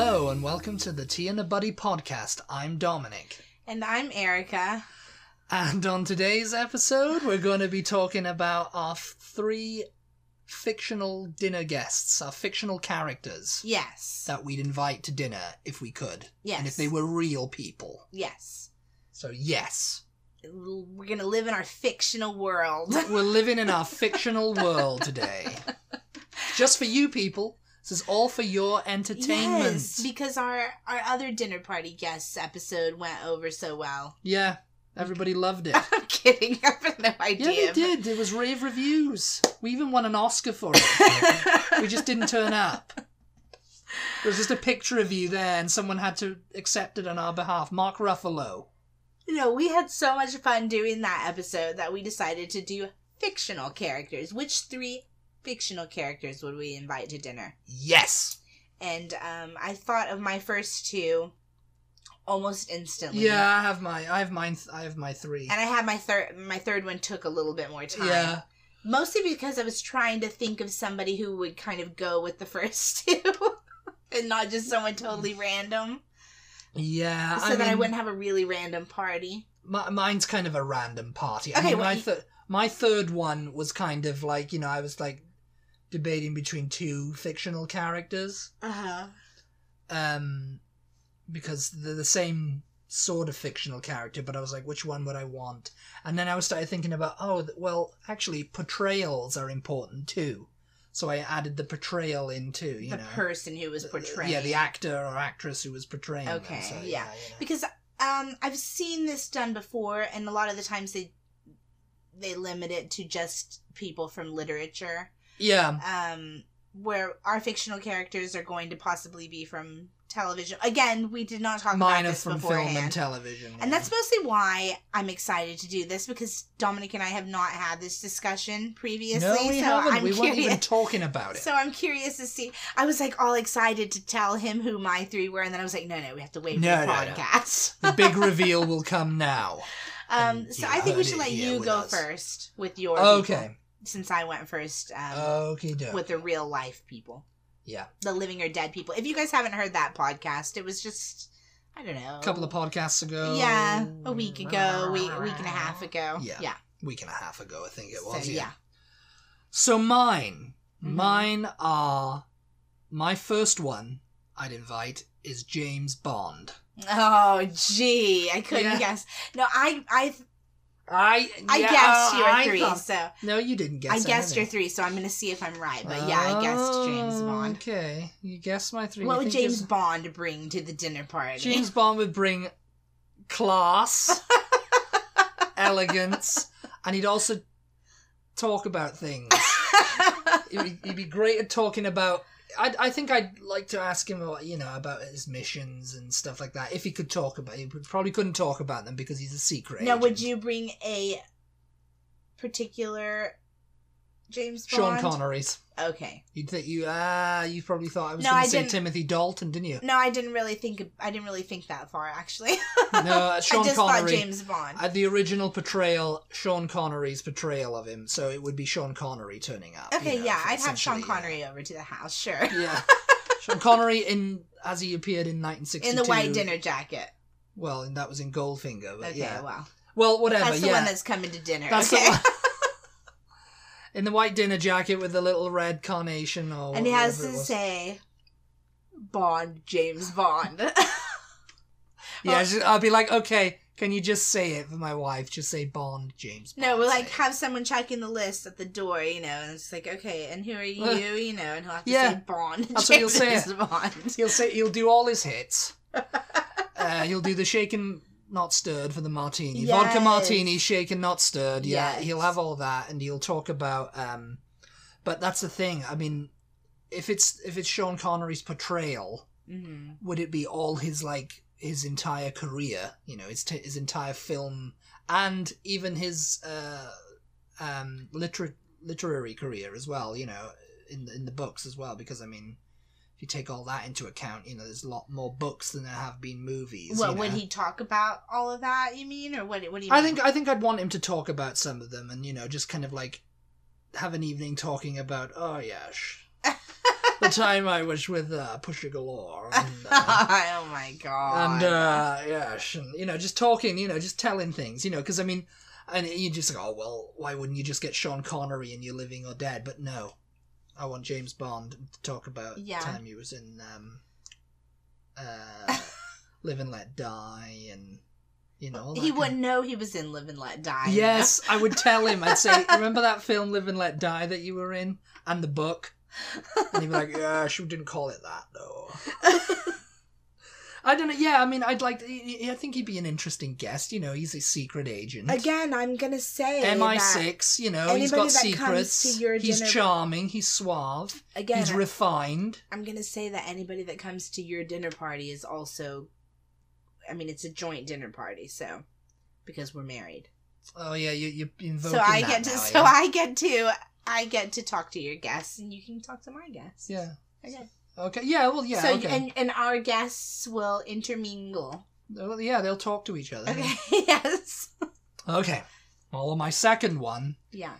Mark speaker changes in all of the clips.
Speaker 1: welcome to the Tea and a Buddy podcast. I'm Dominic.
Speaker 2: And I'm Erica.
Speaker 1: And on today's episode, we're going to be talking about our three fictional dinner guests, our fictional characters
Speaker 2: Yes.
Speaker 1: that we'd invite to dinner if we could.
Speaker 2: yes.
Speaker 1: And if they were real people.
Speaker 2: Yes.
Speaker 1: So, yes,
Speaker 2: We're going to live in our fictional world.
Speaker 1: we're living in our fictional world today. Just for you people. This is all for your entertainment.
Speaker 2: Yes, because our our other dinner party guests episode went over so well.
Speaker 1: yeah, everybody loved it.
Speaker 2: I'm kidding. I have no idea.
Speaker 1: Yeah, they did. It was rave reviews. We even won an Oscar for it. we just didn't turn up. There was just a picture of you there, and someone had to accept it on our behalf. Mark Ruffalo.
Speaker 2: You know, we had so much fun doing that episode that we decided to do fictional characters. Which three fictional characters would we invite to dinner?
Speaker 1: Yes.
Speaker 2: And um, I thought of my first two almost instantly.
Speaker 1: Yeah, I have my, I have mine, th- I have my three.
Speaker 2: And I had my third my third one took a little bit more time.
Speaker 1: Yeah,
Speaker 2: Mostly because I was trying to think of somebody who would kind of go with the first two and not just someone totally random.
Speaker 1: yeah.
Speaker 2: So
Speaker 1: Mm. Uh, I
Speaker 2: that I
Speaker 1: mean,
Speaker 2: wouldn't have a really random party.
Speaker 1: My, mine's kind of a random party. I
Speaker 2: Okay,
Speaker 1: mean,
Speaker 2: well,
Speaker 1: my,
Speaker 2: you-
Speaker 1: th- my third one was kind of like you know I was like debating between two fictional characters.
Speaker 2: Uh-huh.
Speaker 1: um, because they're the same sort of fictional character, but I was like, which one would I want? And then I was started thinking about, oh, th- well, actually, portrayals are important too. So I added the portrayal in too, you
Speaker 2: the
Speaker 1: know.
Speaker 2: person who was
Speaker 1: The- the-
Speaker 2: portraying.
Speaker 1: Yeah, the actor or actress who was portraying. them,
Speaker 2: Okay,
Speaker 1: so,
Speaker 2: yeah.
Speaker 1: you know.
Speaker 2: Because um I've seen this done before and a lot of the times they they limit it to just people from literature.
Speaker 1: yeah,
Speaker 2: um, where our fictional characters are going to possibly be from television. Again, we did not talk
Speaker 1: mine
Speaker 2: about
Speaker 1: are
Speaker 2: this
Speaker 1: from
Speaker 2: beforehand.
Speaker 1: film and television.
Speaker 2: and
Speaker 1: yeah.
Speaker 2: that's mostly why I'm excited to do this because Dominic and I have not had this discussion previously.
Speaker 1: no, we
Speaker 2: so
Speaker 1: haven't.
Speaker 2: I'm
Speaker 1: we
Speaker 2: curious.
Speaker 1: weren't even talking about it.
Speaker 2: so I'm curious to see. I was like all excited to tell him who my three were, and then I was like, no, no, we have to wait for
Speaker 1: No,
Speaker 2: the
Speaker 1: no, no.
Speaker 2: podcast.
Speaker 1: the big reveal will come now.
Speaker 2: Um,
Speaker 1: And
Speaker 2: so
Speaker 1: you
Speaker 2: I think we
Speaker 1: heard
Speaker 2: should
Speaker 1: it
Speaker 2: let
Speaker 1: here
Speaker 2: you
Speaker 1: with
Speaker 2: go
Speaker 1: us.
Speaker 2: first with your people,
Speaker 1: Okay,
Speaker 2: since I went first um,
Speaker 1: okay,
Speaker 2: with the real life people.
Speaker 1: Yeah.
Speaker 2: The living or dead people. If you guys haven't heard that podcast, it was just I don't know.
Speaker 1: a couple of podcasts ago.
Speaker 2: Yeah, a week ago, a week, a week and a half ago.
Speaker 1: Yeah.
Speaker 2: Yeah.
Speaker 1: week and a half ago, I think it
Speaker 2: So,
Speaker 1: was. yeah.
Speaker 2: yeah.
Speaker 1: So mine,
Speaker 2: Mhm.
Speaker 1: mine are my first one. I'd invite is James Bond.
Speaker 2: Oh gee, I couldn't
Speaker 1: Yeah.
Speaker 2: guess. No, I I
Speaker 1: I
Speaker 2: I guessed your three, so
Speaker 1: no, you didn't guess.
Speaker 2: I guessed your
Speaker 1: anything.
Speaker 2: three, so I'm gonna see if I'm right. But yeah, I guessed James
Speaker 1: Oh,
Speaker 2: Bond.
Speaker 1: Okay, you guessed my three.
Speaker 2: What
Speaker 1: You
Speaker 2: would
Speaker 1: think
Speaker 2: James
Speaker 1: it's-
Speaker 2: Bond bring to the dinner party?
Speaker 1: James Bond would bring class, elegance, and he'd also talk about things. He'd be- he'd be great at talking about. I, I think I'd like to ask him, about, you know, about his missions and stuff like that. If he could talk about, he would- probably couldn't talk about them because he's a secret.
Speaker 2: now, would
Speaker 1: agent.
Speaker 2: you bring a particular James
Speaker 1: Sean
Speaker 2: Bond?
Speaker 1: Connery's.
Speaker 2: Okay.
Speaker 1: You'd think you ah, you probably thought I was
Speaker 2: No,
Speaker 1: going
Speaker 2: I
Speaker 1: to say
Speaker 2: didn't.
Speaker 1: Timothy Dalton, didn't you?
Speaker 2: No, I didn't really think. I didn't really think that far, actually.
Speaker 1: No, uh, Sean
Speaker 2: I just thought
Speaker 1: Connery.
Speaker 2: James Bond.
Speaker 1: At the original portrayal, Sean Connery's portrayal of him, so it would be Sean Connery turning up.
Speaker 2: okay,
Speaker 1: you know,
Speaker 2: yeah, I'd have
Speaker 1: essentially,
Speaker 2: Sean
Speaker 1: yeah.
Speaker 2: Connery over to the house, sure,
Speaker 1: Yeah, Sean Connery in as he appeared in 1962.
Speaker 2: in the white dinner jacket.
Speaker 1: Well, and that was in Goldfinger. But
Speaker 2: Okay,
Speaker 1: yeah.
Speaker 2: well,
Speaker 1: Well, whatever.
Speaker 2: that's the
Speaker 1: yeah.
Speaker 2: one that's coming to dinner.
Speaker 1: That's
Speaker 2: okay,
Speaker 1: the one. In the white dinner jacket with the little red carnation, or
Speaker 2: and he has
Speaker 1: Oh, whatever
Speaker 2: to
Speaker 1: it was.
Speaker 2: say, Bond, James Bond.
Speaker 1: "Yeah." just- I'll be like, "Okay, can you just say it for my wife? Just say Bond, James." Bond,
Speaker 2: no, we'll like
Speaker 1: say it."
Speaker 2: have someone checking the list at the door, you know, and it's like, okay, and who are you,
Speaker 1: Uh,
Speaker 2: you know, and he'll have to
Speaker 1: yeah.
Speaker 2: say Bond,
Speaker 1: That's what he'll
Speaker 2: James
Speaker 1: say.
Speaker 2: Bond.
Speaker 1: he'll say he'll do all his hits. uh, he'll do the shaken, not stirred for the martini, vodka
Speaker 2: Yes.
Speaker 1: martini, shaken, not stirred. Yeah,
Speaker 2: Yes.
Speaker 1: he'll have all that, and he'll talk about. Um, but that's the thing. I mean, if it's if it's Sean Connery's portrayal,
Speaker 2: hmm
Speaker 1: would it be all his like his entire career you know his, t- his entire film and even his uh um liter- literary career as well you know in the, in the books as well because i mean if you take all that into account you know there's a lot more books than there have been movies
Speaker 2: What
Speaker 1: you
Speaker 2: would
Speaker 1: know?
Speaker 2: he talk about? All of that, you mean, or what? What do you?
Speaker 1: i
Speaker 2: mean?
Speaker 1: think i think i'd want him to talk about some of them and you know just kind of like have an evening talking about oh yeah sh- the time I was with uh, Pusha Galore. And, uh,
Speaker 2: oh my god.
Speaker 1: and uh, yeah, sh- and, you know, just talking, you know, just telling things, you know, because I mean, and you just like, oh well, why wouldn't you just get Sean Connery and you're living or dead? But no, I want James Bond to talk about
Speaker 2: Yeah.
Speaker 1: the time he was in um, uh, Live and Let Die, and you know, all that
Speaker 2: he
Speaker 1: kind of-
Speaker 2: wouldn't know he was in Live and Let Die. you know?
Speaker 1: Yes, I would tell him. I'd say, "Remember that film Live and Let Die that you were in, and the book?" And he'd be like, "Yeah, she didn't call it that though." I don't know. Yeah, I mean, I'd like. I think he'd be an interesting guest. You know, he's a secret agent.
Speaker 2: Again, I'm gonna say that-
Speaker 1: MI6. You know, he's
Speaker 2: anybody
Speaker 1: got
Speaker 2: that comes
Speaker 1: secrets.
Speaker 2: to your
Speaker 1: He's
Speaker 2: dinner-
Speaker 1: charming. He's suave.
Speaker 2: Again,
Speaker 1: he's
Speaker 2: I-
Speaker 1: refined.
Speaker 2: I'm gonna say that anybody that comes to your dinner party is also, I mean, it's a joint dinner party, so because we're married,
Speaker 1: Oh yeah, you you
Speaker 2: so
Speaker 1: invoking
Speaker 2: I
Speaker 1: that
Speaker 2: get to,
Speaker 1: now,
Speaker 2: so
Speaker 1: yeah.
Speaker 2: I get to, I get to talk to your guests, and you can talk to my guests.
Speaker 1: Yeah.
Speaker 2: Okay.
Speaker 1: Okay. Yeah. Well. Yeah.
Speaker 2: so
Speaker 1: okay.
Speaker 2: and and our guests will intermingle.
Speaker 1: Well, yeah, they'll talk to each other.
Speaker 2: Okay. yes.
Speaker 1: Okay. Well, my second one.
Speaker 2: Yeah.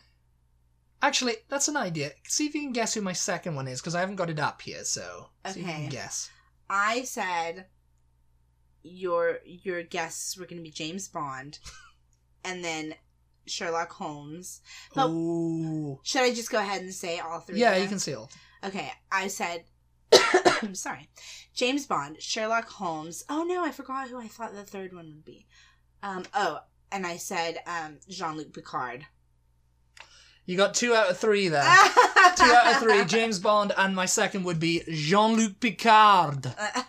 Speaker 1: Actually, that's an idea. See if you can guess who my second one is, because I haven't got it up here, so. See if you
Speaker 2: Okay.
Speaker 1: can guess.
Speaker 2: I said your your guests were going to be James Bond and then Sherlock Holmes. But-
Speaker 1: Ooh.
Speaker 2: Should I just go ahead and say all three?
Speaker 1: Yeah,
Speaker 2: now?
Speaker 1: you can see it.
Speaker 2: Okay, I said I'm sorry. James Bond, Sherlock Holmes. Oh no, I forgot who I thought the third one would be. Um oh, and I said um Jean-Luc Picard.
Speaker 1: You got two out of three there. two out of three, James Bond, and my second would be Jean Luc Picard,
Speaker 2: Uh,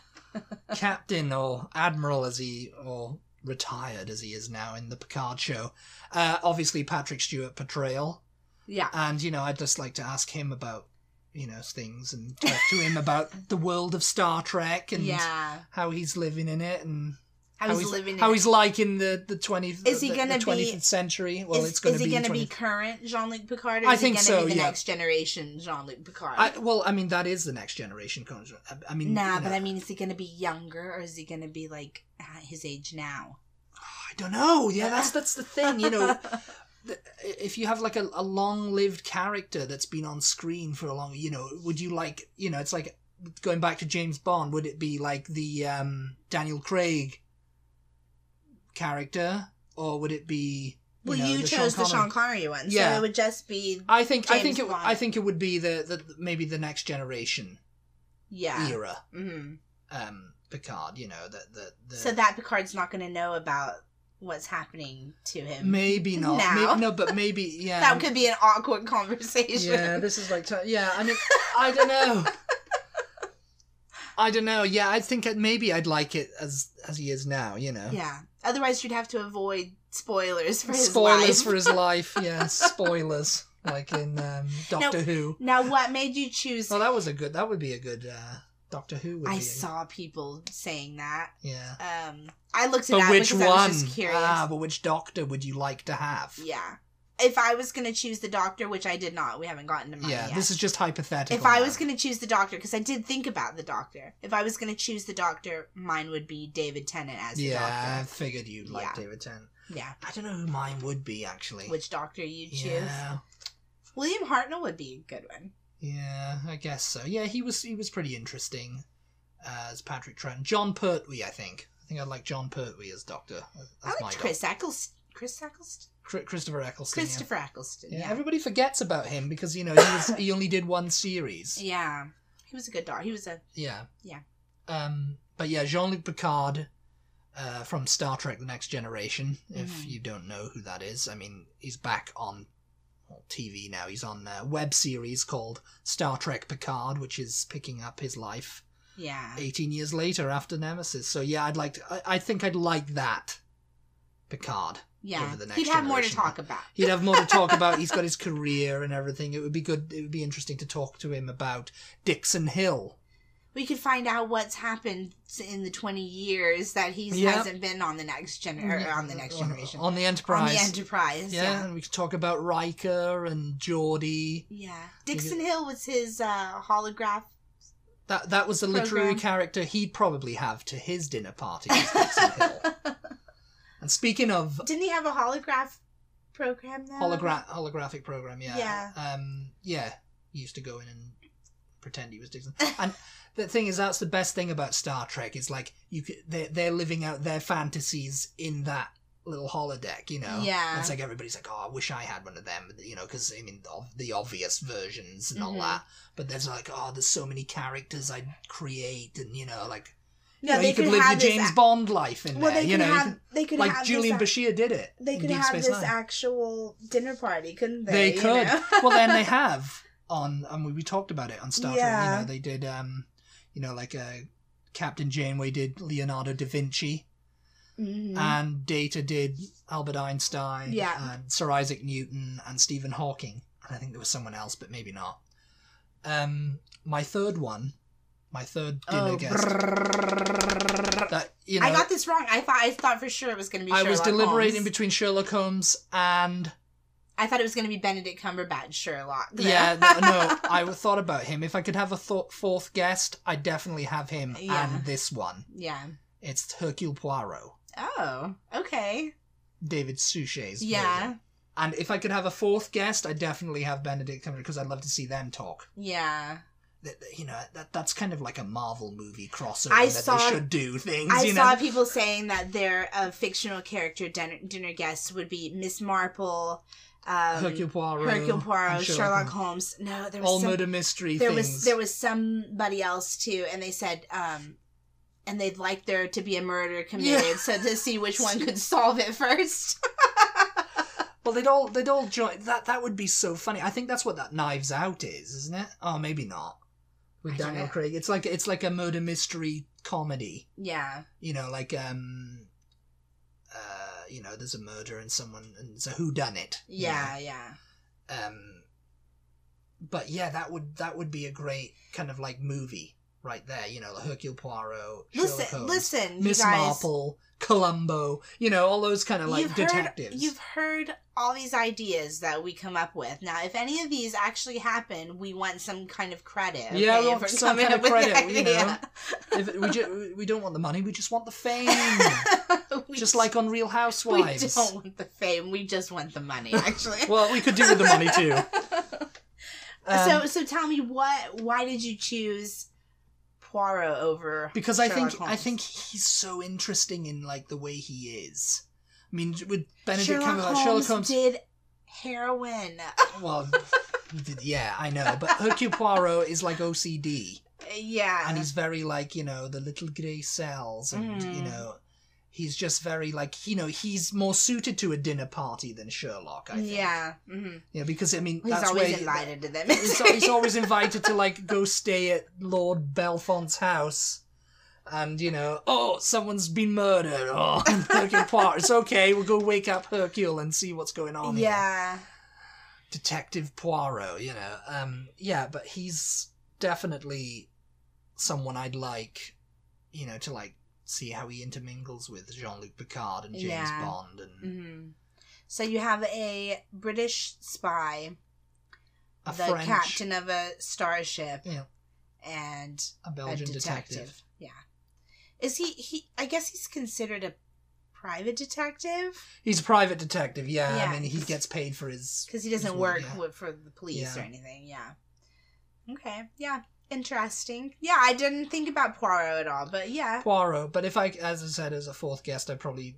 Speaker 1: captain or admiral as he, or retired as he is now in the Picard show. Uh, obviously, Patrick Stewart portrayal.
Speaker 2: yeah.
Speaker 1: And, you know, I'd just like to ask him about, you know, things and talk to him about the world of Star Trek and
Speaker 2: yeah.
Speaker 1: how he's living in it and
Speaker 2: How, he's, living
Speaker 1: how
Speaker 2: in
Speaker 1: he's liking the the 20th
Speaker 2: Is he
Speaker 1: the- the
Speaker 2: gonna be-
Speaker 1: 25th century well
Speaker 2: is,
Speaker 1: it's going
Speaker 2: is
Speaker 1: to
Speaker 2: he
Speaker 1: be,
Speaker 2: going to
Speaker 1: 20th
Speaker 2: be current Jean Luc Picard? Or
Speaker 1: I
Speaker 2: is
Speaker 1: think
Speaker 2: he going to
Speaker 1: so,
Speaker 2: be the
Speaker 1: yeah.
Speaker 2: next generation Jean Luc Picard?
Speaker 1: I, well i mean that is the next generation comes I, I mean
Speaker 2: nah,
Speaker 1: you
Speaker 2: but
Speaker 1: know,
Speaker 2: I mean, is he going to be younger or is he going to be like at his age now?
Speaker 1: i don't know yeah that's that's the thing you know the- if you have like a, a long-lived character that's been on screen for a long you know would you like you know it's like going back to james bond would it be like the um daniel craig character or would it be
Speaker 2: well,
Speaker 1: know,
Speaker 2: you
Speaker 1: the Sean
Speaker 2: chose the Sean
Speaker 1: Connery?
Speaker 2: Connery one, so
Speaker 1: Yeah.
Speaker 2: it would just be
Speaker 1: I think I
Speaker 2: James
Speaker 1: think it,
Speaker 2: Bond.
Speaker 1: I think it would be the, the maybe the next generation
Speaker 2: yeah.
Speaker 1: era
Speaker 2: hmm
Speaker 1: um, Picard. You know the the, the
Speaker 2: So that Picard's not going to know about what's happening to him.
Speaker 1: maybe not
Speaker 2: now.
Speaker 1: Maybe- no, but maybe yeah.
Speaker 2: That could be an awkward conversation.
Speaker 1: yeah, this is like t- yeah. I mean, I don't know. I don't know. Yeah, I think it, maybe I'd like it as as he is now. You know,
Speaker 2: Yeah. Otherwise, you'd have to avoid spoilers for his
Speaker 1: spoilers
Speaker 2: life.
Speaker 1: for his life. Yeah, spoilers like in um, Doctor Who.
Speaker 2: now, what made you choose
Speaker 1: Well, that was a good. That would be a good uh, Doctor Who. Would
Speaker 2: I
Speaker 1: be a-
Speaker 2: saw people saying that.
Speaker 1: Yeah.
Speaker 2: Um, I looked it
Speaker 1: But
Speaker 2: up
Speaker 1: which
Speaker 2: because
Speaker 1: one?
Speaker 2: I was just curious.
Speaker 1: Ah, but which doctor would you like to have?
Speaker 2: yeah, if I was gonna choose the doctor, which I did not, we haven't gotten to mine
Speaker 1: Yeah,
Speaker 2: yet.
Speaker 1: this is just hypothetical.
Speaker 2: if I was
Speaker 1: now.
Speaker 2: gonna choose the doctor, because I did think about the doctor. If I was gonna choose the doctor, mine would be David Tennant as the
Speaker 1: yeah, I
Speaker 2: doctor.
Speaker 1: figured you'd like
Speaker 2: Yeah.
Speaker 1: David Tennant.
Speaker 2: Yeah.
Speaker 1: I don't know who mine would be actually.
Speaker 2: Which doctor you choose?
Speaker 1: Yeah,
Speaker 2: William Hartnell would be a good one.
Speaker 1: yeah, I guess so. Yeah, he was he was pretty interesting uh, as Patrick Trent. John Pertwee, I think. I think I'd like John Pertwee as Doctor. As
Speaker 2: I
Speaker 1: my
Speaker 2: liked Chris Eccleston. Chris Eccleston.
Speaker 1: Doc- Chri- Christopher Eccleston. yeah.
Speaker 2: Christopher Eccleston.
Speaker 1: Yeah.
Speaker 2: Yeah.
Speaker 1: everybody forgets about him because you know he, was, he only did one series.
Speaker 2: yeah. He was a good doctor. He was a
Speaker 1: Yeah.
Speaker 2: Yeah.
Speaker 1: Um, but yeah, Jean Luc Picard uh, from Star Trek: The Next Generation. If
Speaker 2: Mhm.
Speaker 1: you don't know who that is, I mean, he's back on well, TV now. He's on a web series called Star Trek: Picard, which is picking up his life
Speaker 2: yeah.
Speaker 1: 18 years later after Nemesis. So yeah, I'd like. To, I, I think I'd like that Picard.
Speaker 2: Yeah,
Speaker 1: over the
Speaker 2: he'd
Speaker 1: next
Speaker 2: have more to
Speaker 1: generation.
Speaker 2: talk about.
Speaker 1: He'd have more to talk about. He's got his career and everything. It would be good. It would be interesting to talk to him about Dixon Hill.
Speaker 2: We could find out what's happened in the twenty years that he
Speaker 1: Yeah.
Speaker 2: hasn't been on the next gen or Er, on the next
Speaker 1: On-
Speaker 2: generation
Speaker 1: on the
Speaker 2: on
Speaker 1: Enterprise.
Speaker 2: the Enterprise.
Speaker 1: Yeah,
Speaker 2: Yeah,
Speaker 1: and we could talk about Riker and Geordie.
Speaker 2: yeah. Dixon Hill was his uh, holograph.
Speaker 1: That that was a literary
Speaker 2: Program.
Speaker 1: character he'd probably have to his dinner party. was Dixon Hill. And speaking of
Speaker 2: Didn't he have a holograph program? Though? Um,
Speaker 1: hologra- holographic program, yeah,
Speaker 2: Yeah.
Speaker 1: um, yeah, he used to go in and pretend he was Dixon. And the thing is, that's the best thing about Star Trek. Is like you, c- they're they're living out their fantasies in that little holodeck. You know,
Speaker 2: Yeah.
Speaker 1: And It's like everybody's like, oh, I wish I had one of them. You know, because I mean, of the obvious versions and all
Speaker 2: Mhm.
Speaker 1: that. But there's like, oh, there's so many characters I'd create, and you know, like
Speaker 2: No,
Speaker 1: you, know,
Speaker 2: they
Speaker 1: you
Speaker 2: could,
Speaker 1: could live
Speaker 2: have
Speaker 1: your
Speaker 2: this.
Speaker 1: James Bond life in
Speaker 2: well,
Speaker 1: there.
Speaker 2: they
Speaker 1: you
Speaker 2: could
Speaker 1: know, you
Speaker 2: have.
Speaker 1: could-
Speaker 2: they could
Speaker 1: like
Speaker 2: have
Speaker 1: Julian
Speaker 2: this,
Speaker 1: Bashir did it.
Speaker 2: They
Speaker 1: in
Speaker 2: could
Speaker 1: Deep
Speaker 2: have
Speaker 1: Space
Speaker 2: this
Speaker 1: Nine.
Speaker 2: actual dinner party, couldn't they?
Speaker 1: They
Speaker 2: you
Speaker 1: could.
Speaker 2: know?
Speaker 1: well, then they have on, and we, we talked about it on Star Trek.
Speaker 2: Yeah.
Speaker 1: You know, they did, um, you know, like uh, Captain Janeway did Leonardo da Vinci,
Speaker 2: Mhm.
Speaker 1: and Data did Albert Einstein,
Speaker 2: Yeah.
Speaker 1: and Sir Isaac Newton, and Stephen Hawking, and I think there was someone else, but maybe not. Um, my third one, my third dinner
Speaker 2: Oh,
Speaker 1: guest. That, you know,
Speaker 2: I got this wrong. I thought I thought for sure it was going to be.
Speaker 1: I
Speaker 2: Sherlock
Speaker 1: was deliberating
Speaker 2: Holmes.
Speaker 1: between Sherlock Holmes and
Speaker 2: I thought it was going to be Benedict Cumberbatch Sherlock.
Speaker 1: Yeah, th- no, I w- thought about him. If I could have a th- fourth guest, I'd definitely have him
Speaker 2: Yeah.
Speaker 1: and this one.
Speaker 2: yeah.
Speaker 1: It's Hercule Poirot,
Speaker 2: Oh, okay.
Speaker 1: David Suchet's
Speaker 2: yeah,
Speaker 1: version. And if I could have a fourth guest, I'd definitely have Benedict Cumberbatch because I'd love to see them talk.
Speaker 2: yeah.
Speaker 1: That- that- You know, that that's kind of like a Marvel movie crossover
Speaker 2: I
Speaker 1: that
Speaker 2: saw-
Speaker 1: they should do things,
Speaker 2: I
Speaker 1: you
Speaker 2: saw
Speaker 1: know?
Speaker 2: people saying that their uh, fictional character dinner, dinner guests would be Miss Marple, um,
Speaker 1: Hercule Poirot,
Speaker 2: Hercule Poirot,
Speaker 1: and
Speaker 2: Sherlock, Holmes. No, there was
Speaker 1: All
Speaker 2: some,
Speaker 1: murder mystery
Speaker 2: there
Speaker 1: things.
Speaker 2: was there was somebody else too, and they said. Um, and they'd like there to be a murder committed, so to see which one could solve it first.
Speaker 1: Well, they'd all they'd all join. That that would be so funny. I think that's what that Knives Out is, isn't it? Oh, maybe not. With
Speaker 2: I don't
Speaker 1: Daniel
Speaker 2: know.
Speaker 1: Craig, it's like it's like a murder mystery comedy.
Speaker 2: yeah,
Speaker 1: You know, like um, uh, you know, there's a murder and someone and it's a who done it.
Speaker 2: yeah, yeah.
Speaker 1: Um, but yeah, that would that would be a great kind of like movie right there. You know, the Hercule Poirot, Sherlock
Speaker 2: Listen,
Speaker 1: Holmes,
Speaker 2: listen, you
Speaker 1: Miss
Speaker 2: guys.
Speaker 1: Marple, Columbo. You know, all those kind of like
Speaker 2: you've
Speaker 1: detectives.
Speaker 2: Heard, you've heard all these ideas that we come up with. Now, if any of these actually happen, we want some kind of credit.
Speaker 1: Yeah, we
Speaker 2: okay, if
Speaker 1: want
Speaker 2: we're
Speaker 1: some
Speaker 2: coming
Speaker 1: kind
Speaker 2: up
Speaker 1: of
Speaker 2: with
Speaker 1: credit,
Speaker 2: the
Speaker 1: you know.
Speaker 2: idea.
Speaker 1: if it- we, ju- we don't want the money, we just want the fame.
Speaker 2: We
Speaker 1: just like on Real
Speaker 2: we
Speaker 1: Housewives.
Speaker 2: don't want the fame. We just want the money. Actually,
Speaker 1: Well, we could do with the money too. Um,
Speaker 2: so, so tell me what? Why did you choose Poirot over?
Speaker 1: because I think
Speaker 2: Sherlock
Speaker 1: I think
Speaker 2: Holmes.
Speaker 1: he's so interesting in like the way he is. I mean, with Benedict
Speaker 2: Sherlock,
Speaker 1: Cumberbatch,
Speaker 2: Holmes
Speaker 1: Sherlock Holmes.
Speaker 2: did heroin.
Speaker 1: Well, he did- yeah, I know, but Hercule Poirot is like OCD,
Speaker 2: yeah,
Speaker 1: and he's very like you know the little grey cells, and you
Speaker 2: Mhm.
Speaker 1: know. He's just very like you know he's more suited to a dinner party than Sherlock. I think.
Speaker 2: yeah. hmm
Speaker 1: You know, because I mean
Speaker 2: He's
Speaker 1: that's
Speaker 2: always
Speaker 1: where-
Speaker 2: invited to them.
Speaker 1: he's, he's always invited to like go stay at Lord Belfont's house, and you know, oh, someone's been murdered. Oh, and Hercule Poirot. It's okay. We'll go wake up Hercule and see what's going on. here."
Speaker 2: yeah.
Speaker 1: Detective Poirot. You know, um, yeah, but he's definitely someone I'd like, you know, to like see how he intermingles with Jean Luc Picard and James
Speaker 2: Yeah.
Speaker 1: Bond and
Speaker 2: hmm So you have a British spy,
Speaker 1: a
Speaker 2: the
Speaker 1: French,
Speaker 2: captain of a starship,
Speaker 1: Yeah.
Speaker 2: and
Speaker 1: a Belgian
Speaker 2: a detective.
Speaker 1: detective.
Speaker 2: Yeah. Is he? He? I guess he's considered a private detective
Speaker 1: He's a private detective. Yeah,
Speaker 2: Yeah.
Speaker 1: I mean, he gets paid for his
Speaker 2: because he doesn't
Speaker 1: He's-
Speaker 2: work
Speaker 1: yeah.
Speaker 2: with, for the police or
Speaker 1: Yeah.
Speaker 2: anything. Yeah. Okay. Yeah. Interesting. Yeah, I didn't think about Poirot at all, but yeah.
Speaker 1: Poirot, but if I, as I said, as a fourth guest, I'd probably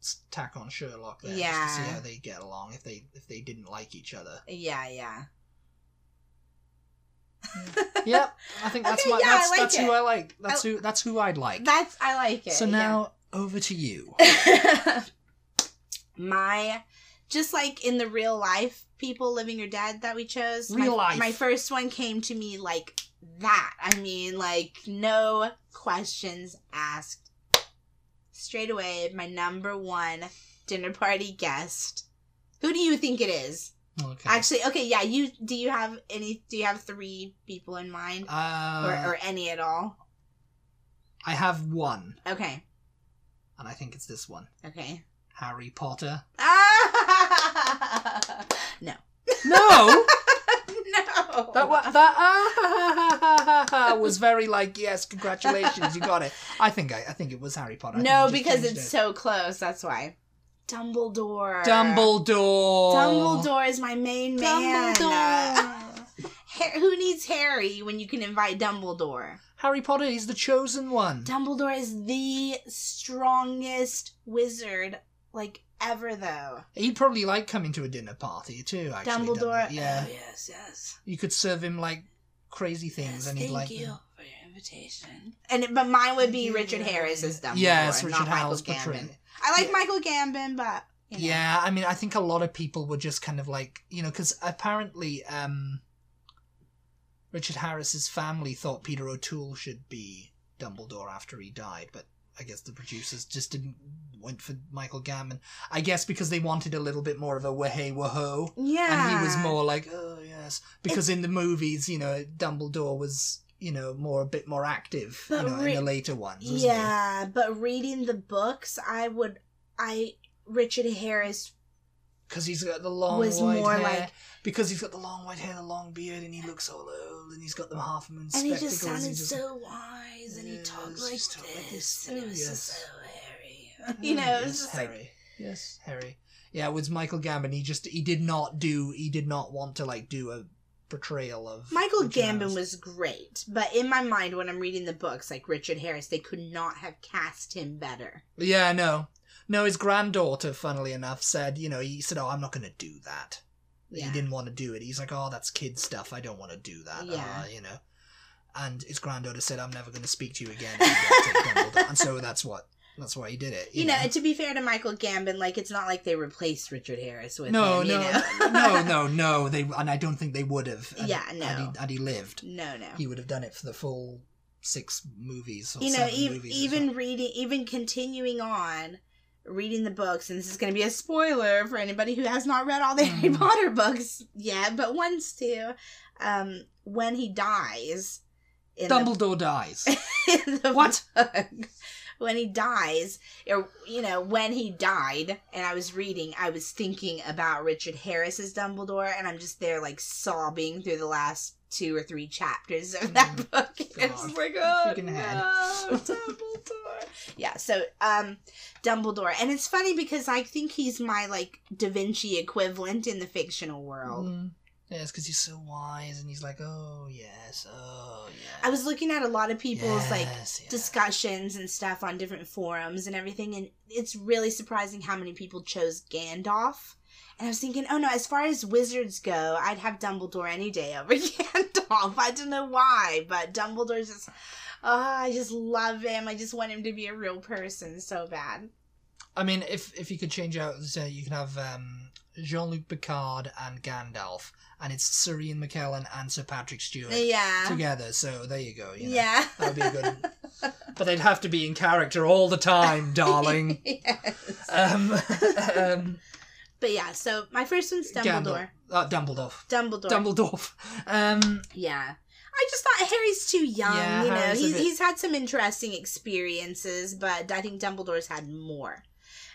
Speaker 1: s- tack on Sherlock there just to
Speaker 2: Yeah.
Speaker 1: see how they get along if they if they didn't like each other.
Speaker 2: Yeah, yeah.
Speaker 1: Mm. yep, I think that's
Speaker 2: Okay,
Speaker 1: my
Speaker 2: yeah, I
Speaker 1: that's,
Speaker 2: like
Speaker 1: that's who
Speaker 2: it.
Speaker 1: I like. That's who that's who I'd like.
Speaker 2: That's I like it.
Speaker 1: so
Speaker 2: yeah.
Speaker 1: now over to you.
Speaker 2: my just like in the real life people living or dead that we chose
Speaker 1: Real
Speaker 2: my,
Speaker 1: life.
Speaker 2: my first one came to me like that i mean like no questions asked straight away my number one dinner party guest who do you think it is
Speaker 1: Okay.
Speaker 2: actually okay yeah you do you have any do you have three people in mind
Speaker 1: uh,
Speaker 2: or, or any at all
Speaker 1: I have one,
Speaker 2: okay
Speaker 1: and I think it's this one.
Speaker 2: okay
Speaker 1: Harry Potter.
Speaker 2: Ah! no
Speaker 1: No,
Speaker 2: no.
Speaker 1: that wa- that ah, was very like yes, congratulations, you got it. I think I, I think it was Harry Potter. I
Speaker 2: no,
Speaker 1: think I just
Speaker 2: because
Speaker 1: changed
Speaker 2: it's
Speaker 1: it.
Speaker 2: so close. That's why. Dumbledore.
Speaker 1: Dumbledore.
Speaker 2: Dumbledore is my main man. uh,
Speaker 1: Dumbledore.
Speaker 2: Har- who needs Harry when you can invite Dumbledore?
Speaker 1: Harry Potter is the chosen one.
Speaker 2: Dumbledore is the strongest wizard like ever though.
Speaker 1: He'd probably like coming to a dinner party too. Actually,
Speaker 2: Dumbledore.
Speaker 1: Yeah,
Speaker 2: Oh, yes, yes.
Speaker 1: you could serve him like crazy things,
Speaker 2: Yes,
Speaker 1: and he'd
Speaker 2: thank
Speaker 1: like.
Speaker 2: you
Speaker 1: them.
Speaker 2: for your invitation. And but mine would
Speaker 1: Thank
Speaker 2: be
Speaker 1: you,
Speaker 2: Richard
Speaker 1: yeah.
Speaker 2: Harris as Dumbledore,
Speaker 1: Yes, Richard
Speaker 2: not Michael
Speaker 1: Howells
Speaker 2: Gambon.
Speaker 1: portraying.
Speaker 2: I like
Speaker 1: Yeah.
Speaker 2: Michael Gambon, but you know.
Speaker 1: Yeah, I mean, I think a lot of people were just kind of like, you know, because apparently um, Richard Harris's family thought Peter O'Toole should be Dumbledore after he died, but I guess the producers just didn't went for Michael Gambon. I guess because they wanted a little bit more of a wahey waho,
Speaker 2: Yeah.
Speaker 1: and he was more like, oh yes, because in the movies, you know, Dumbledore was, you know, more a bit more active, you
Speaker 2: But
Speaker 1: know,
Speaker 2: re-
Speaker 1: in the later ones. Wasn't he?
Speaker 2: Yeah, but reading the books, I would I Richard Harris
Speaker 1: because he's got the long
Speaker 2: Was
Speaker 1: white
Speaker 2: more
Speaker 1: hair.
Speaker 2: like-
Speaker 1: because he's got the long white hair, the long beard, and he looks all old, and he's got the half moon
Speaker 2: and he
Speaker 1: spectacles.
Speaker 2: just sounded
Speaker 1: just-
Speaker 2: so wise and he
Speaker 1: Yeah,
Speaker 2: talked
Speaker 1: it's
Speaker 2: like
Speaker 1: just talked like
Speaker 2: this
Speaker 1: this,
Speaker 2: and it was
Speaker 1: yes.
Speaker 2: just so hairy.
Speaker 1: Mm,
Speaker 2: You know, it
Speaker 1: yes,
Speaker 2: was just
Speaker 1: Harry.
Speaker 2: like
Speaker 1: yes, Harry. Yeah, with Michael Gambon, he just he did not do he did not want to like do a portrayal of
Speaker 2: Michael
Speaker 1: Richard
Speaker 2: Gambon
Speaker 1: Harris.
Speaker 2: was great, but in my mind when I'm reading the books, like Richard Harris, they could not have cast him better.
Speaker 1: Yeah, no, no. His granddaughter, funnily enough, said you know he said, "Oh, I'm not going to do that."
Speaker 2: Yeah.
Speaker 1: He didn't want to do it. He's like, "Oh, that's kid stuff. I don't want to do that."
Speaker 2: Yeah.
Speaker 1: Uh, you know. And his granddaughter said, "I'm never going to speak to you again." if you don't take Dumbledore." and so that's what that's why he did it.
Speaker 2: You, know, to be fair to Michael Gambon, like it's not like they replaced Richard Harris with
Speaker 1: no,
Speaker 2: him. you
Speaker 1: no,
Speaker 2: know?
Speaker 1: no, no, no. They and I don't think they would have. And-
Speaker 2: Yeah,
Speaker 1: Had
Speaker 2: no.
Speaker 1: he, had he lived,
Speaker 2: No, no.
Speaker 1: he would have done it for the full six movies. Or
Speaker 2: you know,
Speaker 1: seven
Speaker 2: e-
Speaker 1: movies or
Speaker 2: even reading, even continuing on reading the books, and this is going to be a spoiler for anybody who has not read all the Harry
Speaker 1: Mm.
Speaker 2: Potter books yet, but wants to. Um, when he dies, in the-
Speaker 1: Dumbledore dies.
Speaker 2: in the
Speaker 1: What?
Speaker 2: book, when he dies, or you know, when he died, and I was reading, I was thinking about Richard Harris's Dumbledore, and I'm just there like sobbing through the last two or three chapters of that
Speaker 1: Mm.
Speaker 2: book. It's
Speaker 1: God.
Speaker 2: like, oh
Speaker 1: Freaking head.
Speaker 2: no, Dumbledore. yeah, so um, Dumbledore, and it's funny because I think he's my like Da Vinci equivalent in the fictional world.
Speaker 1: Mm. Yeah, it's because he's so wise, and he's like, oh yes, oh yeah.
Speaker 2: I was looking at a lot of people's like
Speaker 1: Yes, yeah.
Speaker 2: discussions and stuff on different forums and everything and it's really surprising how many people chose Gandalf. And I was thinking, oh no, as far as wizards go, I'd have Dumbledore any day over Gandalf. I don't know why, but Dumbledore's just oh, I just love him. I just want him to be a real person so bad.
Speaker 1: I mean, if if you could change out, so you can have um, Jean Luc Picard and Gandalf, and it's Sir Ian McKellen and Sir Patrick Stewart
Speaker 2: Yeah.
Speaker 1: together. So there you go. You know.
Speaker 2: Yeah.
Speaker 1: that would be a good. but they'd have to be in character all the time, darling.
Speaker 2: Yes.
Speaker 1: um, um,
Speaker 2: But yeah, so my first one's
Speaker 1: Gandalf.
Speaker 2: Dumbledore.
Speaker 1: Uh, Dumbledore.
Speaker 2: Dumbledore.
Speaker 1: Dumbledore. Um,
Speaker 2: Yeah. I just thought Harry's too young,
Speaker 1: Yeah,
Speaker 2: you know.
Speaker 1: Harry's a
Speaker 2: he's
Speaker 1: bit-
Speaker 2: he's had some interesting experiences, but I think Dumbledore's had more.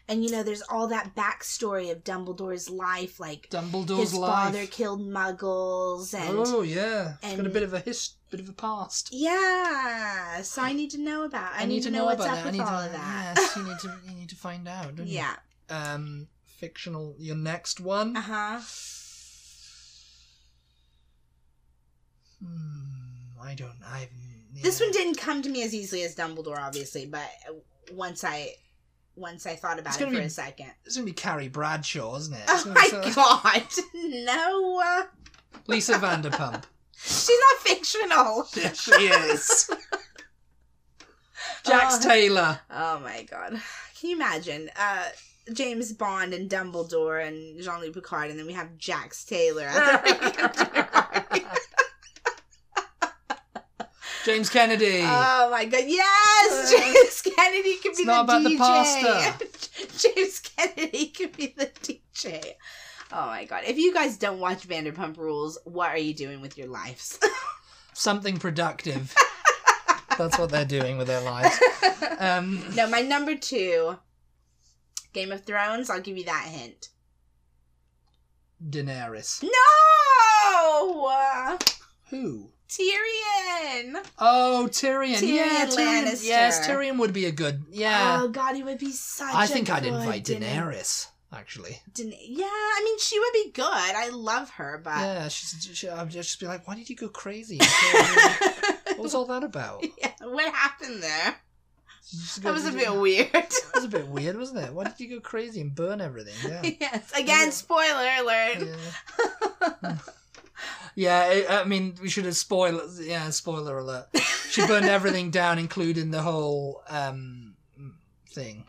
Speaker 2: And you know, there's all that backstory of Dumbledore's life, like
Speaker 1: Dumbledore's
Speaker 2: his
Speaker 1: life.
Speaker 2: father killed muggles and
Speaker 1: oh yeah, it's got a
Speaker 2: and-
Speaker 1: bit of a his, bit of a past.
Speaker 2: Yeah. So I need to know about I, need, to know, what's up
Speaker 1: I
Speaker 2: with
Speaker 1: need to-
Speaker 2: all of that.
Speaker 1: Yes, you need to you need to find out. Don't
Speaker 2: yeah.
Speaker 1: You? Um, fictional. Your next one.
Speaker 2: Uh-huh.
Speaker 1: Hmm, I don't. I've.
Speaker 2: This
Speaker 1: yeah.
Speaker 2: one didn't come to me as easily as Dumbledore, obviously, but once I once I thought about
Speaker 1: It's
Speaker 2: it for
Speaker 1: gonna be-
Speaker 2: a second.
Speaker 1: It's gonna be Carrie Bradshaw, isn't it? It's
Speaker 2: Oh
Speaker 1: gonna
Speaker 2: my
Speaker 1: be so-
Speaker 2: god. No.
Speaker 1: Lisa Vanderpump.
Speaker 2: She's not fictional.
Speaker 1: there she is. Jax
Speaker 2: Oh.
Speaker 1: Taylor.
Speaker 2: Oh my god. Can you imagine? Uh James Bond and Dumbledore and Jean Luc Picard, and then we have Jax Taylor.
Speaker 1: James Kennedy.
Speaker 2: oh my god. Yes! James Kennedy could be
Speaker 1: Uh. it's
Speaker 2: the
Speaker 1: not about
Speaker 2: DJ.
Speaker 1: the pasta.
Speaker 2: James Kennedy could be the DJ. Oh my god. If you guys don't watch Vanderpump Rules, what are you doing with your lives?
Speaker 1: Something productive. That's what they're doing with their lives. Um,
Speaker 2: no, my number two, Game of Thrones, I'll give you that hint.
Speaker 1: Daenerys.
Speaker 2: No!
Speaker 1: Who?
Speaker 2: Tyrion!
Speaker 1: Oh, Tyrion.
Speaker 2: Tyrion
Speaker 1: yeah, Tyrion.
Speaker 2: Lannister.
Speaker 1: Yes, Tyrion would be a good. Yeah.
Speaker 2: Oh god, he would be such
Speaker 1: I
Speaker 2: a
Speaker 1: think I'd
Speaker 2: good
Speaker 1: invite
Speaker 2: dinner.
Speaker 1: Daenerys. actually.
Speaker 2: Dana- yeah, I mean, she would be good. I love her, but.
Speaker 1: yeah, she's, she, I'd just be like, why did you go crazy? what was all that about?
Speaker 2: Yeah, what happened there?
Speaker 1: Just go-
Speaker 2: That was a bit weird.
Speaker 1: It was a bit weird, wasn't it? Why did you go crazy and burn everything? Yeah.
Speaker 2: yes. Again,
Speaker 1: Yeah.
Speaker 2: spoiler alert.
Speaker 1: Yeah, yeah it, I mean, we should have spoiled. Yeah, spoiler alert. She burned everything down, including the whole um thing.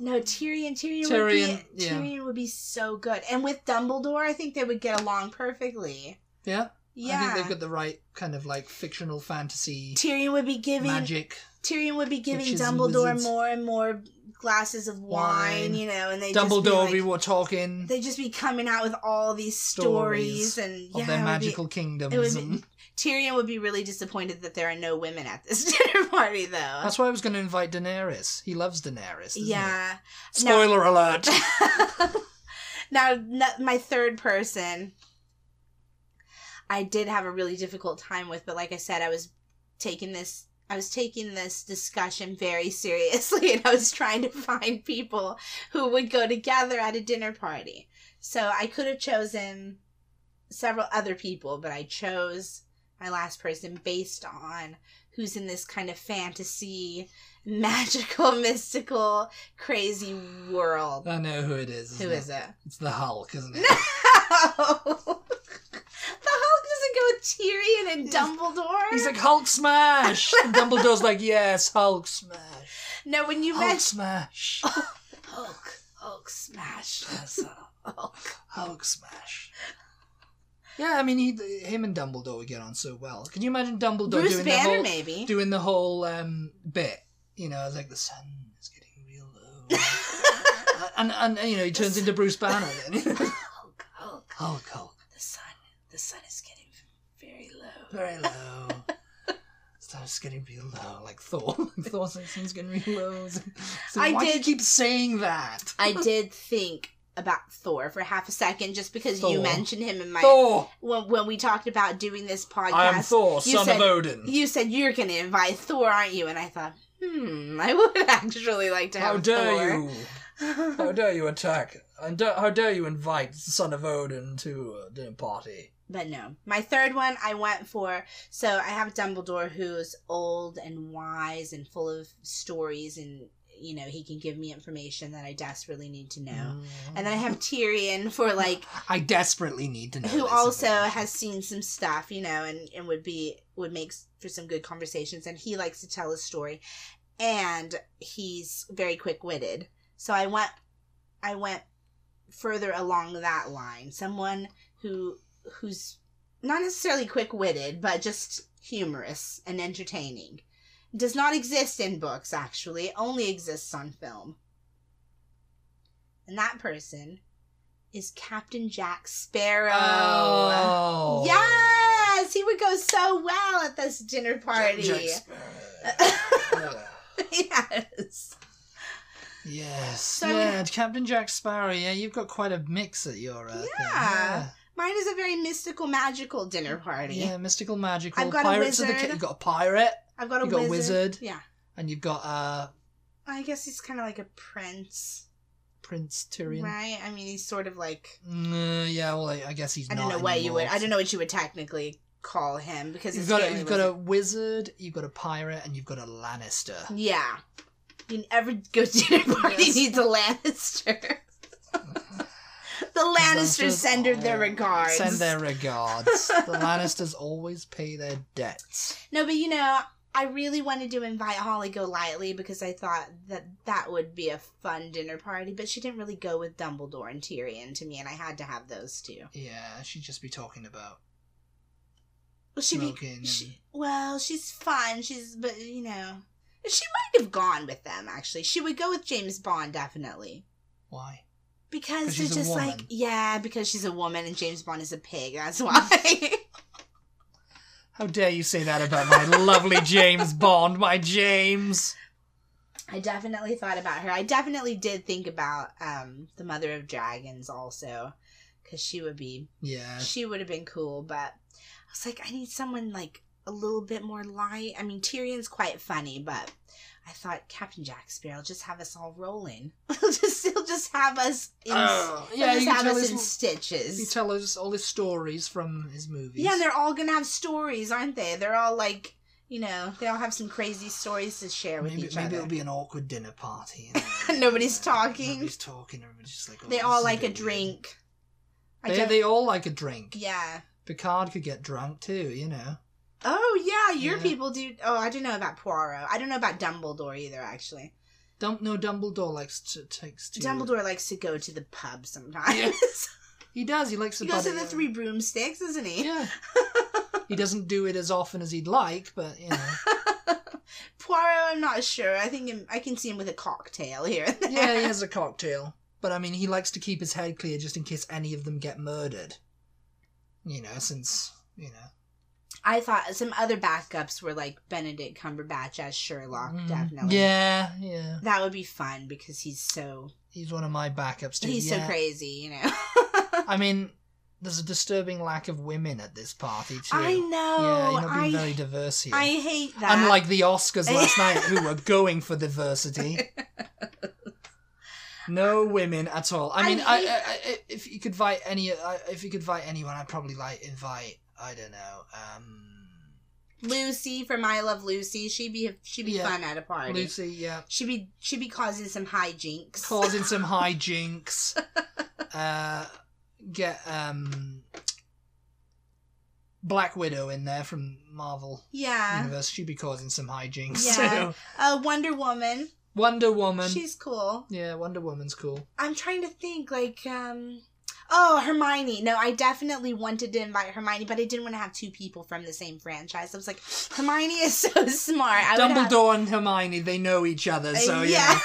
Speaker 2: No, Tyrion. Tyrion,
Speaker 1: Tyrion,
Speaker 2: would be
Speaker 1: yeah.
Speaker 2: Tyrion would be so good, and with Dumbledore, I think they would get along perfectly.
Speaker 1: Yeah,
Speaker 2: Yeah,
Speaker 1: I think they've got the right kind of like fictional fantasy
Speaker 2: Tyrion would be giving
Speaker 1: magic.
Speaker 2: Tyrion would be giving
Speaker 1: Witches and
Speaker 2: Dumbledore
Speaker 1: wizards.
Speaker 2: more and more glasses of wine,
Speaker 1: Wine.
Speaker 2: you know, and they
Speaker 1: Dumbledore,
Speaker 2: Just be
Speaker 1: we
Speaker 2: like,
Speaker 1: were talking
Speaker 2: they'd just be coming out with all these stories,
Speaker 1: Stories
Speaker 2: and
Speaker 1: of
Speaker 2: yeah,
Speaker 1: their
Speaker 2: it would be-
Speaker 1: magical kingdoms.
Speaker 2: it would be-
Speaker 1: and-
Speaker 2: Tyrion would be really disappointed that there are no women at this dinner party, though.
Speaker 1: that's why I was going to invite Daenerys. He loves Daenerys. doesn't he?
Speaker 2: yeah.
Speaker 1: Spoiler alert.
Speaker 2: now, no- my third person, I did have a really difficult time with, but like I said, I was taking this. I was taking this discussion very seriously and I was trying to find people who would go together at a dinner party. So I could have chosen several other people, but I chose my last person based on who's in this kind of fantasy, magical, mystical, crazy world.
Speaker 1: I know who it is.
Speaker 2: Who
Speaker 1: isn't
Speaker 2: is it?
Speaker 1: It's the Hulk, isn't it?
Speaker 2: No! the Hulk doesn't go with Tyrion and
Speaker 1: He's-
Speaker 2: Dumbledore.
Speaker 1: He's like Hulk smash. and Dumbledore's like, yes, Hulk smash.
Speaker 2: no, when you
Speaker 1: Hulk
Speaker 2: mentioned
Speaker 1: smash.
Speaker 2: Hulk, Hulk smash.
Speaker 1: Yes, Hulk, Hulk smash. Yeah, I mean, he, him and Dumbledore would get on so well. Can you imagine Dumbledore
Speaker 2: Bruce
Speaker 1: doing
Speaker 2: Banner,
Speaker 1: the
Speaker 2: maybe.
Speaker 1: whole doing the whole um, bit? You know, it's like the sun is getting real low, and, and and, you know he turns into Bruce Banner. Oh, Then
Speaker 2: Hulk, Hulk,
Speaker 1: Hulk, Hulk,
Speaker 2: the sun, the sun is getting very low.
Speaker 1: very low. Starts getting real low, like Thor. Thor's like, sun's getting real low. So
Speaker 2: I
Speaker 1: why do you
Speaker 2: did-
Speaker 1: keep saying that?
Speaker 2: I did think about Thor for half a second, just because you
Speaker 1: Thor.
Speaker 2: mentioned him in my
Speaker 1: Thor,
Speaker 2: when, when we talked about doing this podcast.
Speaker 1: I am Thor,
Speaker 2: You
Speaker 1: son
Speaker 2: said-
Speaker 1: of Odin.
Speaker 2: You said you're going to invite Thor, aren't you? And I thought, hmm, I would actually like to
Speaker 1: How
Speaker 2: have
Speaker 1: dare
Speaker 2: Thor.
Speaker 1: you? How dare you attack? And da- how dare you invite the son of Odin to a dinner party?
Speaker 2: But no. My third one I went for so I have Dumbledore who's old and wise and full of stories and you know, he can give me information that I desperately need to know.
Speaker 1: Mm.
Speaker 2: And then I have Tyrion for like
Speaker 1: I desperately need to know.
Speaker 2: who
Speaker 1: this
Speaker 2: also
Speaker 1: information.
Speaker 2: has seen some stuff, you know, and, and would be would make s- for some good conversations and he likes to tell a story and he's very quick witted. So I went I went further along that line. Someone who who's not necessarily quick witted, but just humorous and entertaining. Does not exist in books actually, It only exists on film. And that person is Captain Jack Sparrow.
Speaker 1: Oh.
Speaker 2: Yes, he would go so well at this dinner party.
Speaker 1: Jack Sparrow.
Speaker 2: yes.
Speaker 1: yes.
Speaker 2: So-
Speaker 1: yeah, Captain Jack Sparrow. Yeah, you've got quite a mix at your. Uh, thing.
Speaker 2: Yeah. Mine is a very mystical, magical dinner party.
Speaker 1: Yeah, mystical, magical.
Speaker 2: I've got a
Speaker 1: pirates of the
Speaker 2: wizard.
Speaker 1: ca- You've got a pirate,
Speaker 2: I've got a
Speaker 1: You got a
Speaker 2: wizard.
Speaker 1: wizard.
Speaker 2: Yeah.
Speaker 1: and you've got uh,
Speaker 2: I guess he's kind of like a prince,
Speaker 1: Prince Tyrion.
Speaker 2: right? I mean, he's sort of like
Speaker 1: Mm, yeah, well, I, I guess he's
Speaker 2: I
Speaker 1: not.
Speaker 2: don't know what you would.
Speaker 1: anymore.
Speaker 2: I don't know what you would technically call him because
Speaker 1: You've
Speaker 2: his
Speaker 1: got a,
Speaker 2: family
Speaker 1: you've got a
Speaker 2: wasn't-
Speaker 1: wizard, you've got a pirate, and you've got a Lannister.
Speaker 2: yeah. I mean, every good dinner party
Speaker 1: Yes.
Speaker 2: needs a Lannister. the Lannisters send her their
Speaker 1: al-
Speaker 2: regards.
Speaker 1: Send their regards. the Lannisters always pay their debts.
Speaker 2: No, but you know, I really wanted to invite Holly Golightly because I thought that that would be a fun dinner party, but she didn't really go with Dumbledore and Tyrion to me, and I had to have those two.
Speaker 1: Yeah, she'd just be talking about
Speaker 2: Well, she, be,
Speaker 1: smoking.
Speaker 2: she well, she's fun. She's but you know, she might have gone with them actually. She would go with James Bond definitely.
Speaker 1: and why? 'Cause
Speaker 2: Because they're
Speaker 1: she's a
Speaker 2: just
Speaker 1: woman.
Speaker 2: like, yeah, because she's a woman and James Bond is a pig. That's why.
Speaker 1: How dare you say that about my lovely James Bond, my James?
Speaker 2: I definitely thought about her. I definitely did think about um, the Mother of Dragons also, because she would be
Speaker 1: Yeah,
Speaker 2: she would have been cool. But I was like, I need someone like a little bit more light. I mean, Tyrion's quite funny, but I thought Captain Jack Sparrow just have us all rolling. he'll just he'll just have us in,
Speaker 1: Oh,
Speaker 2: he'll
Speaker 1: yeah,
Speaker 2: just
Speaker 1: you
Speaker 2: have
Speaker 1: tell,
Speaker 2: us in
Speaker 1: his, you
Speaker 2: stitches.
Speaker 1: tell us all his stories from his movies.
Speaker 2: Yeah, and they're all gonna have stories, aren't they? They're all like, you know, they all have some crazy stories to share with
Speaker 1: maybe,
Speaker 2: each
Speaker 1: maybe
Speaker 2: other.
Speaker 1: it'll be an awkward dinner party.
Speaker 2: Nobody's talking.
Speaker 1: Nobody's talking. Everybody's just like. Oh,
Speaker 2: they
Speaker 1: this
Speaker 2: all
Speaker 1: is
Speaker 2: like a
Speaker 1: bit weird.
Speaker 2: drink. I
Speaker 1: They,
Speaker 2: don't-
Speaker 1: they all like a drink.
Speaker 2: yeah.
Speaker 1: Picard could get drunk too, you know.
Speaker 2: Oh yeah, your
Speaker 1: Yeah.
Speaker 2: people do. Oh, I don't know about Poirot. I don't know about Dumbledore either. Actually,
Speaker 1: Dump no Dumbledore likes to takes to
Speaker 2: Dumbledore likes to go to the pub sometimes.
Speaker 1: Yeah. He does. He likes to
Speaker 2: he goes to
Speaker 1: buddy-
Speaker 2: the Three Broomsticks, isn't he?
Speaker 1: Yeah. he doesn't do it as often as he'd like, but you know.
Speaker 2: Poirot, I'm not sure. I think him, I can see him with a cocktail here. And there.
Speaker 1: Yeah, he has a cocktail. But I mean, he likes to keep his head clear just in case any of them get murdered. You know, since you know.
Speaker 2: I thought some other backups were like Benedict Cumberbatch as Sherlock,
Speaker 1: Mm,
Speaker 2: definitely.
Speaker 1: Yeah, yeah.
Speaker 2: That would be fun because he's so
Speaker 1: He's one of my backups too.
Speaker 2: he's
Speaker 1: yeah.
Speaker 2: so crazy, you know.
Speaker 1: I mean, there's a disturbing lack of women at this party too.
Speaker 2: I
Speaker 1: Yeah,
Speaker 2: know.
Speaker 1: you're not being
Speaker 2: I
Speaker 1: very diverse here.
Speaker 2: I hate that.
Speaker 1: Unlike the Oscars last night, who were going for diversity. No women at all. I
Speaker 2: I
Speaker 1: mean, I, I,
Speaker 2: hate-
Speaker 1: I, if you could invite any, I, if you could invite anyone, I'd probably like invite. I don't know. Um,
Speaker 2: Lucy from I Love Lucy, she'd be she'd be
Speaker 1: Yeah.
Speaker 2: fun at a party.
Speaker 1: Lucy, yeah,
Speaker 2: She'd be she'd be causing some hijinks.
Speaker 1: causing some hijinks. uh, get um, Black Widow in there from Marvel
Speaker 2: Yeah.
Speaker 1: Universe. She'd be causing some hijinks.
Speaker 2: Yeah.
Speaker 1: too.
Speaker 2: Uh, Wonder Woman.
Speaker 1: Wonder Woman.
Speaker 2: She's cool.
Speaker 1: Yeah, Wonder Woman's cool.
Speaker 2: I'm trying to think like um oh Hermione. No, I definitely wanted to invite Hermione, but I didn't want to have two people from the same franchise. I was like, Hermione is so smart. I would have-
Speaker 1: Dumbledore and Hermione, they know each other, so
Speaker 2: Uh,
Speaker 1: yeah.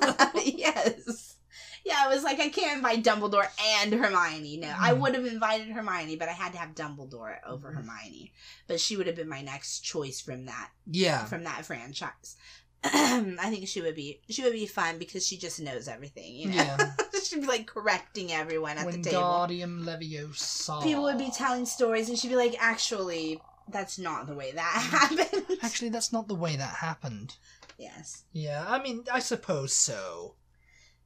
Speaker 2: yeah. yes. Yeah, I was like, I can't invite Dumbledore and Hermione. No, I
Speaker 1: Mm.
Speaker 2: would have invited Hermione, but I had to have Dumbledore over
Speaker 1: Mhm.
Speaker 2: Hermione. But she would have been my next choice from that
Speaker 1: Yeah.
Speaker 2: from that franchise. I think she would be she would be fun because she just knows everything. You know,
Speaker 1: Yeah.
Speaker 2: she'd be like correcting everyone at the table.
Speaker 1: Wingardium Leviosa.
Speaker 2: People would be telling stories, and she'd be like, "Actually, that's not the way that happened."
Speaker 1: Actually, that's not the way that happened.
Speaker 2: yes.
Speaker 1: Yeah, I mean, I suppose so.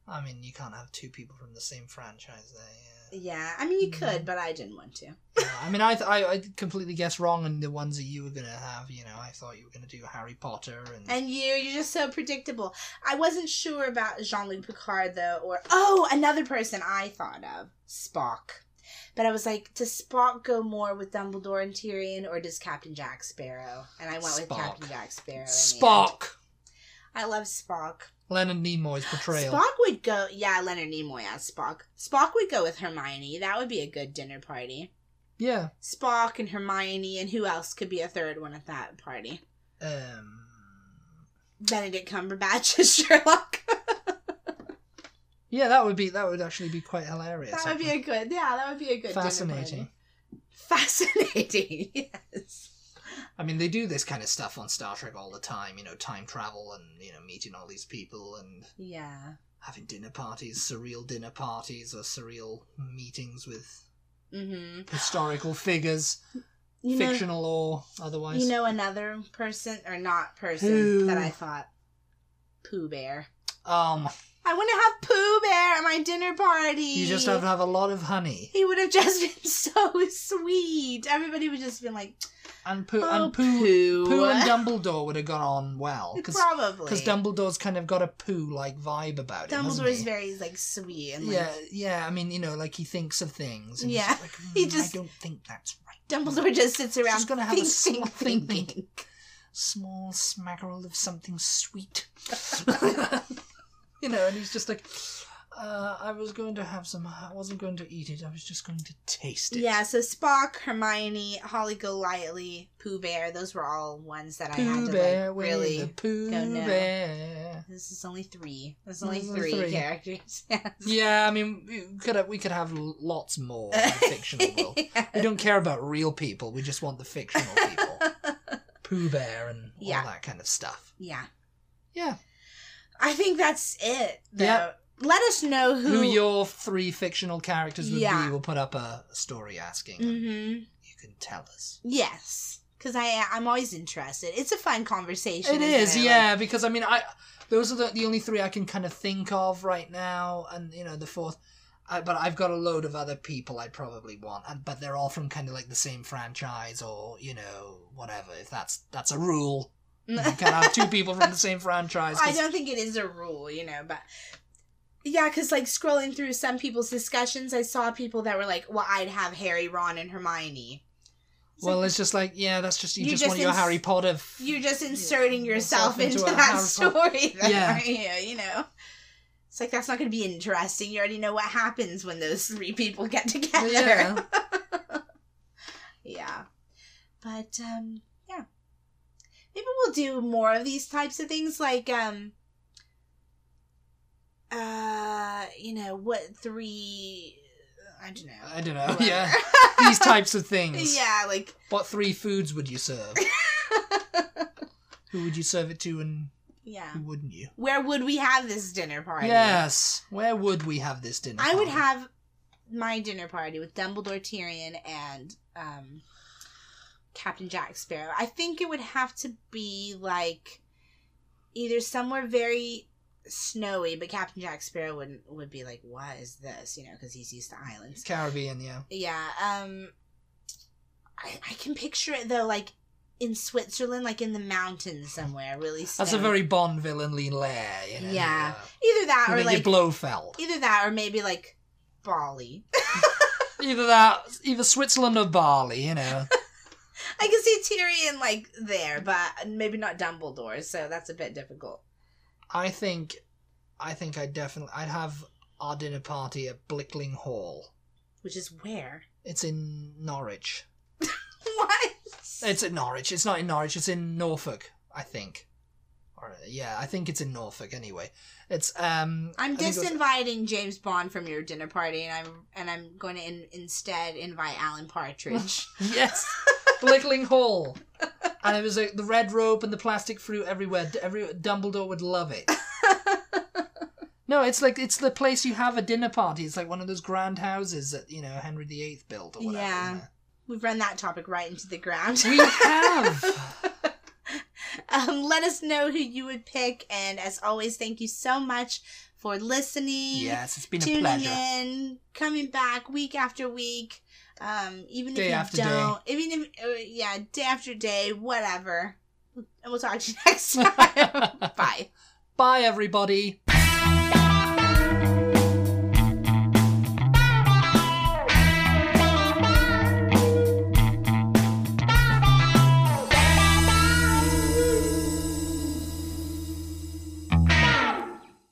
Speaker 1: I mean, you can't have two people from the same franchise there, yeah.
Speaker 2: Yeah, I mean, you could,
Speaker 1: Mhm.
Speaker 2: but I didn't want to.
Speaker 1: Yeah, I mean, I, th- I I completely guessed wrong in the ones that you were going to have, you know. I thought you were going to do Harry Potter and.
Speaker 2: And you, you're just so predictable. I wasn't sure about Jean Luc Picard though, or oh, another person I thought of Spock. But I was like, does Spock go more with Dumbledore and Tyrion, or does Captain Jack Sparrow? And I went with
Speaker 1: Spock.
Speaker 2: Captain Jack Sparrow. in the end.
Speaker 1: Spock!
Speaker 2: I love Spock.
Speaker 1: Leonard Nimoy's portrayal.
Speaker 2: Spock would go. Yeah, Leonard Nimoy as Spock. Spock would go with Hermione. That would be a good dinner party.
Speaker 1: Yeah.
Speaker 2: Spock and Hermione, and who else could be a third one at that party?
Speaker 1: Um.
Speaker 2: Benedict Cumberbatch as Sherlock.
Speaker 1: Yeah, that would be that would actually be quite hilarious.
Speaker 2: That
Speaker 1: I
Speaker 2: would be
Speaker 1: think.
Speaker 2: a good, yeah, that would be a good dinner
Speaker 1: fascinating.
Speaker 2: party. Fascinating, yes.
Speaker 1: I mean, they do this kind of stuff on Star Trek all the time, you know, time travel and, you know, meeting all these people and
Speaker 2: Yeah.
Speaker 1: having dinner parties, surreal dinner parties or surreal meetings with
Speaker 2: Mm-hmm.
Speaker 1: historical figures,
Speaker 2: You
Speaker 1: fictional or
Speaker 2: know,
Speaker 1: otherwise.
Speaker 2: you know another person or not person
Speaker 1: Who?
Speaker 2: that I thought Pooh Bear.
Speaker 1: um,
Speaker 2: I want to have Pooh Bear at my dinner party.
Speaker 1: you just have to have a lot of honey.
Speaker 2: He would have just been so sweet. Everybody would just been like,
Speaker 1: And Pooh
Speaker 2: "Oh,
Speaker 1: and Pooh,
Speaker 2: Pooh,
Speaker 1: Pooh and Dumbledore would have gone on well because
Speaker 2: probably
Speaker 1: Dumbledore's kind of got a Pooh like vibe about him. hasn't
Speaker 2: Dumbledore's
Speaker 1: he?
Speaker 2: very like sweet and like
Speaker 1: yeah, yeah. I mean, you know, like he thinks of things. And
Speaker 2: Yeah.
Speaker 1: he's like,
Speaker 2: He
Speaker 1: "Hmm,
Speaker 2: just-
Speaker 1: I don't think that's right.
Speaker 2: Dumbledore just sits around.
Speaker 1: Just gonna have a
Speaker 2: think,
Speaker 1: small think,
Speaker 2: think, think,
Speaker 1: think. small smackerel of something sweet. you know, and he's just like, uh, I was going to have some, I wasn't going to eat it, I was just going to taste it.
Speaker 2: Yeah, so Spock, Hermione, Holly Golightly, Pooh Bear, those were all ones that I had
Speaker 1: Pooh
Speaker 2: to
Speaker 1: Bear,
Speaker 2: like,
Speaker 1: we're
Speaker 2: really.
Speaker 1: the Pooh
Speaker 2: go now.
Speaker 1: Bear.
Speaker 2: This is only three. There's only
Speaker 1: There's only
Speaker 2: three,
Speaker 1: three.
Speaker 2: characters. Yes.
Speaker 1: Yeah, I mean, we could have, we could have l- lots more in the fictional world. We don't care about real people; we just want the fictional people, Pooh Bear, and all
Speaker 2: Yeah.
Speaker 1: that kind of stuff.
Speaker 2: yeah.
Speaker 1: Yeah,
Speaker 2: I think that's it. Though.
Speaker 1: Yeah.
Speaker 2: Let us know
Speaker 1: who,
Speaker 2: who,
Speaker 1: your three fictional characters would
Speaker 2: Yeah. Mm.
Speaker 1: be? We'll put up a story asking. and
Speaker 2: hmm
Speaker 1: You can tell us.
Speaker 2: Yes. because I I'm always interested. It's a fun conversation.
Speaker 1: It
Speaker 2: isn't
Speaker 1: is,
Speaker 2: it?
Speaker 1: yeah, because I mean, I those are the, the only three I can kind of think of right now, and you know the fourth. I, but I've got a load of other people I probably want, and but they're all from kind of like the same franchise or you know whatever. If that's that's a rule, you
Speaker 2: Like,
Speaker 1: can't have two people from the same franchise. 'cause-
Speaker 2: I don't think it is a rule, you know, but yeah, because like scrolling through some people's discussions, I saw people that were like, "Well, I'd have Harry, Ron, and Hermione." It's
Speaker 1: well,
Speaker 2: like,
Speaker 1: it's just like yeah, that's just you,
Speaker 2: You
Speaker 1: just,
Speaker 2: just
Speaker 1: want your
Speaker 2: ins-
Speaker 1: Harry Potter. f-
Speaker 2: you're just inserting
Speaker 1: Yeah,
Speaker 2: yourself into,
Speaker 1: a
Speaker 2: that
Speaker 1: Harry
Speaker 2: story, there,
Speaker 1: Yeah.
Speaker 2: yeah, you know. It's like that's not going to be interesting. You already know what happens when those three people get together.
Speaker 1: yeah,
Speaker 2: Yeah. But um yeah. Maybe we'll do more of these types of things like um uh you know what three I don't know.
Speaker 1: I don't know.
Speaker 2: whatever.
Speaker 1: Yeah, these types of things.
Speaker 2: yeah, like
Speaker 1: What three foods would you serve? Who would you serve it to, and
Speaker 2: yeah.
Speaker 1: who wouldn't you?
Speaker 2: Where would we have this dinner party?
Speaker 1: Yes. Where would we have this dinner?
Speaker 2: I would
Speaker 1: party?
Speaker 2: have my dinner party with Dumbledore, Tyrion, and um, Captain Jack Sparrow. I think it would have to be like either somewhere very snowy, but Captain Jack Sparrow would not would be like, "What is this?" You know, because he's used to islands.
Speaker 1: Caribbean, yeah.
Speaker 2: Yeah. Um, I, I can picture it though, like in Switzerland, like in the mountains somewhere, really. Snowy.
Speaker 1: That's a very Bond villainly lair, you know.
Speaker 2: Yeah. either that
Speaker 1: You
Speaker 2: or
Speaker 1: think
Speaker 2: like
Speaker 1: you're Blofeld.
Speaker 2: either that or maybe like Bali.
Speaker 1: Either that, either Switzerland or Bali, you know.
Speaker 2: I can see Tyrion like there, but maybe not Dumbledore, so that's a bit difficult.
Speaker 1: I think, I think I definitely, I'd have our dinner party at Blickling Hall.
Speaker 2: Which is where?
Speaker 1: It's in Norwich.
Speaker 2: What?
Speaker 1: It's in Norwich. It's not in Norwich. It's in Norfolk, I think. Or yeah, I think it's in Norfolk anyway. It's um.
Speaker 2: I'm
Speaker 1: I think it
Speaker 2: just
Speaker 1: was-
Speaker 2: inviting James Bond from your dinner party, and I'm and I'm going to in, instead invite Alan Partridge.
Speaker 1: Yes, Blickling Hall, and it was like the red rope and the plastic fruit everywhere. D- Every Dumbledore would love it. No, it's like it's the place you have a dinner party. It's like one of those grand houses that you know Henry VIII built or whatever.
Speaker 2: Yeah.
Speaker 1: you know.
Speaker 2: We've run that topic right into the ground.
Speaker 1: we have.
Speaker 2: um, let us know who you would pick, and as always, thank you so much for listening.
Speaker 1: yes, it's been a
Speaker 2: tuning
Speaker 1: pleasure.
Speaker 2: in, coming back week after week. Um, even
Speaker 1: Day
Speaker 2: if you
Speaker 1: after
Speaker 2: don't, even if uh, yeah, day after day, whatever. And we'll talk to you next time. Bye.
Speaker 1: Bye, everybody.